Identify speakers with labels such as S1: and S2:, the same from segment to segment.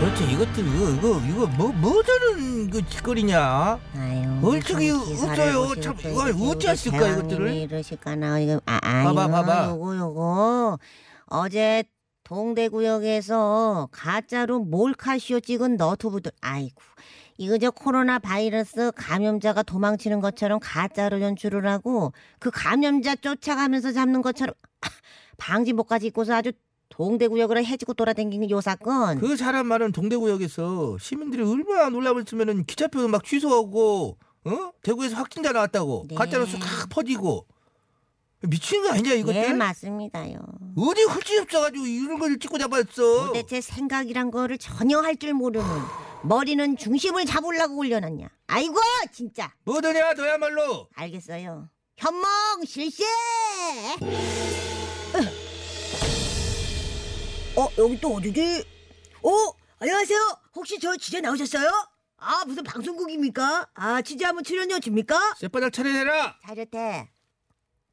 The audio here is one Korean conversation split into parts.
S1: 도대체 이것들 이거 이거 이거 뭐 뭐자는 그 짓거리냐?
S2: 아유,
S1: 얼추기
S2: 참 기사를
S1: 없어요.
S2: 보시고
S1: 참,
S2: 또
S1: 이거
S2: 이렇게
S1: 어찌했을까,
S2: 세상에
S1: 이것들을?
S2: 이러실까나 이거 아, 아유,
S1: 봐봐, 봐봐.
S2: 요거 요거 어제 동대구역에서 가짜로 몰카쇼 찍은 너튜브들 아이고 이거 저 코로나 바이러스 감염자가 도망치는 것처럼 가짜로 연출을 하고 그 감염자 쫓아가면서 잡는 것처럼 아, 방지복까지 입고서 아주 동대구역으로 해지고 돌아다니는 요 사건
S1: 그 사람 말은 동대구역에서 시민들이 얼마나 놀라고 있으면은 기차표도 막 취소하고 어? 대구에서 확진자 나왔다고
S2: 네.
S1: 가짜로 쑥 퍼지고 미친 거 아니냐 이것들?
S2: 예 맞습니다요.
S1: 어디 훌치 없어가지고 이런 걸 찍고 잡았어.
S2: 도대체 생각이란 거를 전혀 할 줄 모르는 머리는 중심을 잡으려고 올려놨냐 아이고 진짜
S1: 뭐더냐 너야말로
S2: 알겠어요 현몽 실시
S3: 어 여기 또 어디지? 어 안녕하세요. 혹시 저 취재 나오셨어요? 아 무슨 방송국입니까? 아 취재하면 출연료 줍니까?
S1: 쌔바닥 차려내라.
S2: 자료태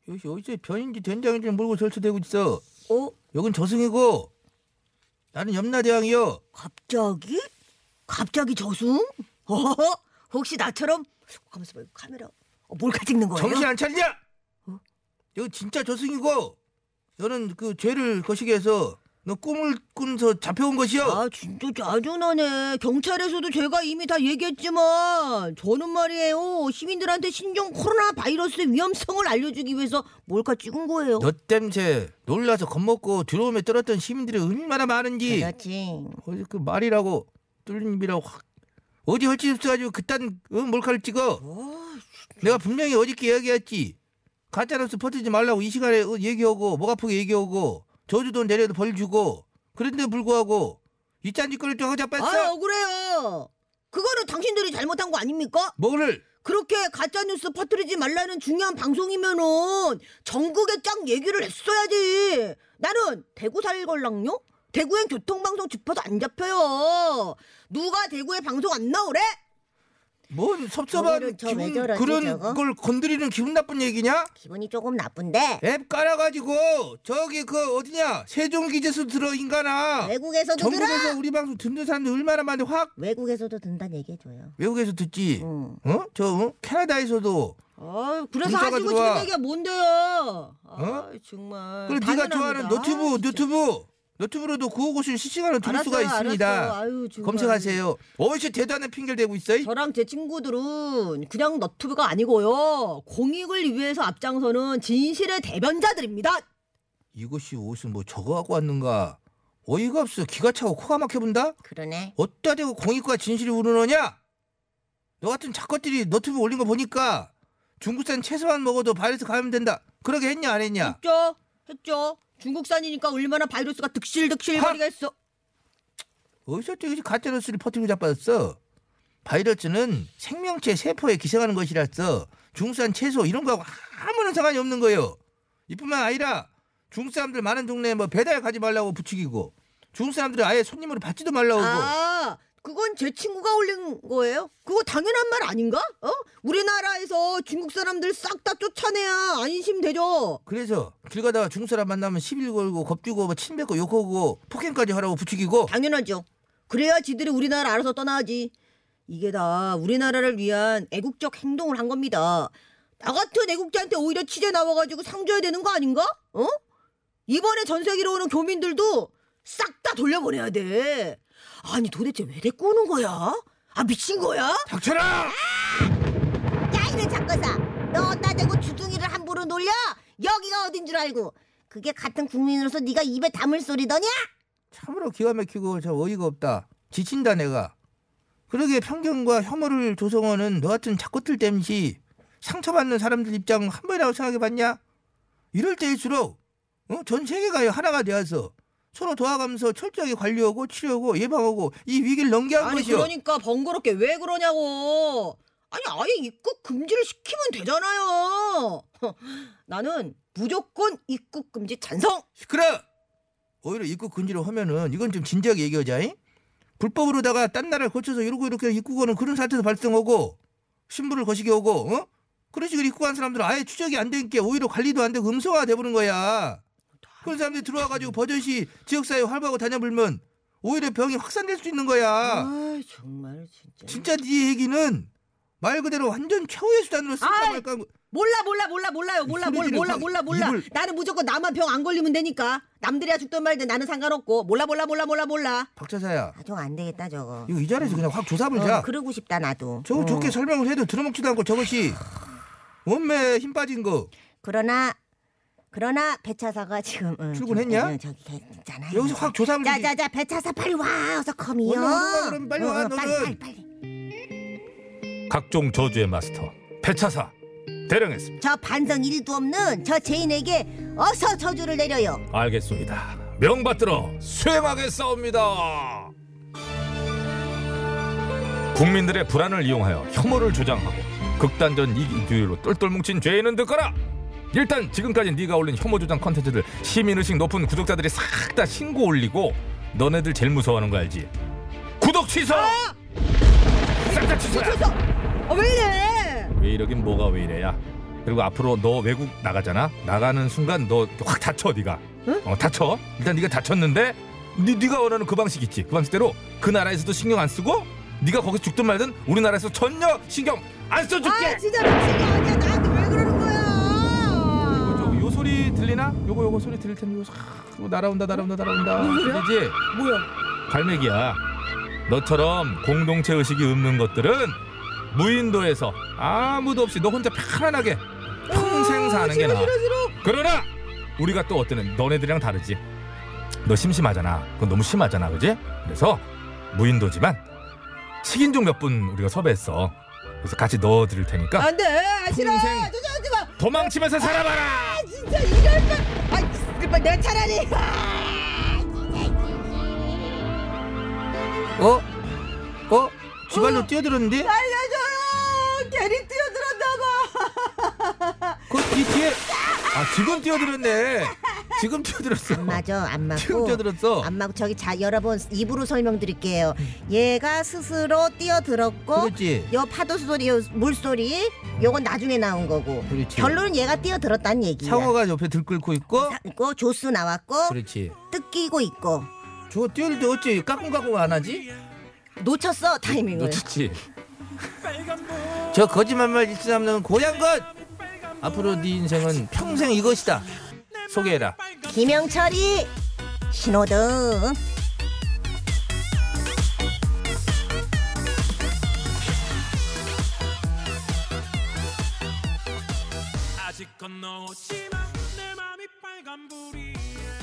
S1: 여기 어디서 변인지 된장인지 모르고 절차되고 있어.
S3: 어
S1: 여긴 저승이고 나는 염라대왕이요.
S3: 갑자기? 갑자기 저승? 어 혹시 나처럼 가만있어 봐 카메라 어, 몰카 찍는 거예요? 어?
S1: 정신 안 차리냐? 이거 진짜 저승이고 너는 그 죄를 거시기 해서 너 꿈을 꾸면서 잡혀온 것이요.
S3: 아 진짜 짜증나네 경찰에서도 제가 이미 다 얘기했지만 저는 말이에요 시민들한테 신종 코로나 바이러스의 위험성을 알려주기 위해서 몰카 찍은 거예요
S1: 너 땜새 놀라서 겁먹고 두려움에 떨었던 시민들이 얼마나 많은지
S2: 그렇지
S1: 어디 그 말이라고 뚫린 입이라고 확 어디 헐치집스 가지고 그딴 어, 몰카를 찍어
S3: 아,
S1: 내가 분명히 어저께 이야기했지 가짜뉴스 퍼뜨지 말라고 이 시간에 어, 얘기하고 목 아프게 얘기하고 저주도 내려도 벌 주고 그런데도 불구하고 이딴 짓거리 좀 하자 뺐어
S3: 아 억울해요. 그거는 당신들이 잘못한 거 아닙니까?
S1: 뭐를
S3: 그렇게 가짜 뉴스 퍼뜨리지 말라는 중요한 방송이면은 전국에 짱 얘기를 했어야지. 나는 대구 살걸랑요? 대구엔 교통방송 주파도 안 잡혀요. 누가 대구에 방송 안 나오래?
S2: 저거를
S1: 뭔 섭섭한
S2: 저왜
S1: 기분
S2: 저러지,
S1: 그런
S2: 저거?
S1: 걸 건드리는 기분 나쁜 얘기냐
S2: 기분이 조금 나쁜데
S1: 앱 깔아가지고 저기 그 어디냐 세종기지수 들어 인간아
S2: 외국에서도 들어
S1: 전국에서 우리 방송 듣는 사람들 얼마나 많은데 확
S2: 외국에서도 든다는 얘기해줘요
S1: 외국에서 듣지.
S2: 응.
S1: 어? 저 어? 캐나다에서도.
S3: 아, 그래서
S1: 문자가
S3: 하시고
S1: 들어와.
S3: 싶은 얘기가 뭔데요? 아,
S1: 어?
S3: 정말.
S1: 그리고 네가 좋아하는
S3: 당연합니다.
S1: 너튜브,
S3: 아, 진짜.
S1: 너튜브, 너튜브로도 구호고시를 실시간으로 들을
S3: 알았어요,
S1: 수가 있습니다.
S3: 알았어요. 아유, 정말.
S1: 검색하세요. 어이씨 대단한 핑계를 대고 있어. 이.
S3: 저랑 제 친구들은 그냥 너튜브가 아니고요. 공익을 위해서 앞장서는 진실의 대변자들입니다.
S1: 이것이 옷은 뭐 저거 하고 왔는가? 어이가 없어. 기가 차고 코가 막혀본다.
S2: 그러네
S1: 어따 대고 공익과 진실이 우르느냐? 너 같은 작것들이 너튜브 올린 거 보니까 중국산 채소만 먹어도 바이러스 감염된다. 그러게 했냐 안 했냐?
S3: 했죠? 했죠? 중국산이니까 얼마나 바이러스가 득실득실거리겠어.
S1: 어디서 저기 가짜뉴스를 퍼뜨리고 자빠졌어? 바이러스는 생명체 세포에 기생하는 것이라서 중산 채소 이런 거하고 아무런 상관이 없는 거예요. 이뿐만 아니라 중국 사람들 많은 동네에 뭐 배달 가지 말라고 부추기고 중국 사람들은 아예 손님으로 받지도 말라고 하고
S3: 아, 그건 제 친구가 올린 거예요? 그거 당연한 말 아닌가? 어? 우리나라에서 중국 사람들 싹 다 쫓아내야 안심되죠.
S1: 그래서 길 가다가 중국 사람 만나면 시비 걸고 겁주고 뭐 침뱉고 욕하고 폭행까지 하라고 부추기고
S3: 당연하죠. 그래야 지들이 우리나라 알아서 떠나지. 이게 다 우리나라를 위한 애국적 행동을 한 겁니다. 나 같은 애국자한테 오히려 취재 나와가지고 상 줘야 되는 거 아닌가? 어? 이번에 전세기로 오는 교민들도 싹 다 돌려보내야 돼. 아니 도대체 왜 데리고 오는 거야? 아 미친 거야?
S1: 닥쳐라!
S2: 야 이런 작가사 너 나 대고 주둥이를 함부로 놀려 여기가 어딘 줄 알고 그게 같은 국민으로서 네가 입에 담을 소리더냐
S1: 참으로 기가 막히고 참 어이가 없다. 지친다 내가. 그러게 편견과 혐오를 조성하는 너 같은 작것들 땜시 상처받는 사람들 입장 한 번이라고 생각해봤냐? 이럴 때일수록 어? 전 세계가 하나가 되어서 서로 도와가면서 철저하게 관리하고 치료하고 예방하고 이 위기를 넘겨한
S3: 아니
S1: 것이요.
S3: 그러니까 번거롭게 왜 그러냐고. 아니 아예 입국 금지를 시키면 되잖아요. 나는 무조건 입국 금지 찬성.
S1: 시끄러! 오히려 입국 금지로 하면은 이건 좀 진지하게 얘기하자. 잉? 불법으로다가 딴 나라를 거쳐서 이러고 이렇게 입국하는 그런 사태도 발생하고 신분을 거시게 오고 어? 그런 식으로 입국한 사람들은 아예 추적이 안 되니까 오히려 관리도 안 되고 음성화가 돼버린 거야. 그런 사람들이
S3: 음.
S1: 들어와가지고 버젓이 지역사회 활발하고 다녀불면 오히려 병이 확산될 수 있는 거야.
S3: 아 정말 진짜.
S1: 진짜 네 얘기는 말 그대로 완전 최후의 수단으로
S3: 아이,
S1: 쓸까 말까 하는 거-
S3: 몰라 몰라 몰라 몰라요 몰라 몰라
S1: 소리지르고
S3: 몰라 몰라 몰라
S1: 입을-
S3: 나는 무조건 나만 병 안 걸리면 되니까 남들이야 죽든 말든 나는 상관없고 몰라 몰라 몰라 몰라 몰라
S1: 박차사야
S2: 아정 안 되겠다 저거.
S1: 이거 이 자리에서 그냥 확
S2: 어,
S1: 조사해보자.
S2: 그러고 싶다 나도. 어.
S3: 어.
S1: 저거 좋게 설명을 해도 들어먹지도 않고 저것이 원매에 힘 빠진 거
S2: 그러나 그러나 배차사가 지금 응,
S1: 출근했냐?
S2: 응, 저기 괜찮아.
S1: 여기서 확 조사하면 되지.
S2: 자자자 배차사 빨리 와 어서 컴이요.
S1: 얼른 와, 그럼 빨리 와,
S2: 응, 응, 어, 빨리 빨리
S1: 너는.
S2: 빨리.
S4: 각종 저주의 마스터 배차사 대령했습니다.
S2: 저 반성 일도 없는 저 죄인에게 어서 저주를 내려요.
S4: 알겠습니다. 명받들어 수행하게 싸웁니다. 국민들의 불안을 이용하여 혐오를 조장하고 극단전 이기주의로 똘똘 뭉친 죄인은 듣거라. 일단 지금까지 네가 올린 혐오 조장 컨텐츠들 시민의식 높은 구독자들이 싹 다 신고 올리고 너네들 제일 무서워하는 거 알지? 구독 취소! 싹 다 취소야!
S3: 그래서
S2: 어,
S3: 아, 왜 이래
S4: 왜 이러긴 뭐가 왜 이래야 그리고 앞으로 너 외국 나가잖아 나가는 순간 너 확 다쳐 네가 어 다쳐 일단 네가 다쳤는데 네, 네가 원하는 그 방식 있지 그 방식대로 그 나라에서도 신경 안 쓰고 네가 거기서 죽든 말든 우리나라에서 전혀 신경 안 써줄게
S3: 아 진짜 미친 게 아니야 나한테 왜 그러는
S4: 요,
S3: 거야
S4: 저, 요 소리 들리나? 요거 요거 소리 들릴 텐데 요거 싹뭐 날아온다 날아온다 날아온다 들리지?
S3: 뭐야
S4: 갈매기야 너처럼 공동체 의식이 없는 것들은 무인도에서 아무도 없이 너 혼자 편안하게 평생 사는 게 나아 그러나 우리가 또 어때는 너네들이랑 다르지 너 심심하잖아 그건 너무 심하잖아 그지 그래서 무인도지만 식인종 몇 분 우리가 섭외했어 그래서 같이 넣어드릴 테니까
S3: 안돼
S2: 아,
S3: 싫어
S4: 평생-
S3: 저저하지 마
S4: 도망치면서 살아봐라
S3: 진짜 이럴 거아 그래 내가 차라리
S1: 어? 어? 지발로 뛰어들었는데?
S3: 알려줘요 괜히 뛰어들었다고
S1: 그뒤 뒤에 아 지금 뛰어들었네 지금 뛰어들었어
S2: 안 맞아 안
S1: 지금
S2: 맞고.
S1: 뛰어들었어
S2: 안 맞고 저기 자 여러분 입으로 설명드릴게요. 얘가 스스로 뛰어들었고
S1: 그렇지
S2: 요 파도 소리, 요 물소리, 요건 나중에 나온 거고.
S1: 그렇지
S2: 결론은 얘가 뛰어들었다는 얘기야.
S1: 상어가 옆에 들끓고 있고
S2: 사- 있고 조수 나왔고
S1: 그렇지
S2: 뜯기고 있고
S1: 저거 뛰어들 때 어찌 까꿍까꿍 안 하지?
S2: 놓쳤어 타이밍을.
S4: 놓쳤지
S1: 저 거짓말만 일치 삼는 고향 것 앞으로 네 인생은 평생 이것이다 소개해라
S2: 김영철이 신호등.
S5: 아직 건너지만 내 맘이 빨간불이야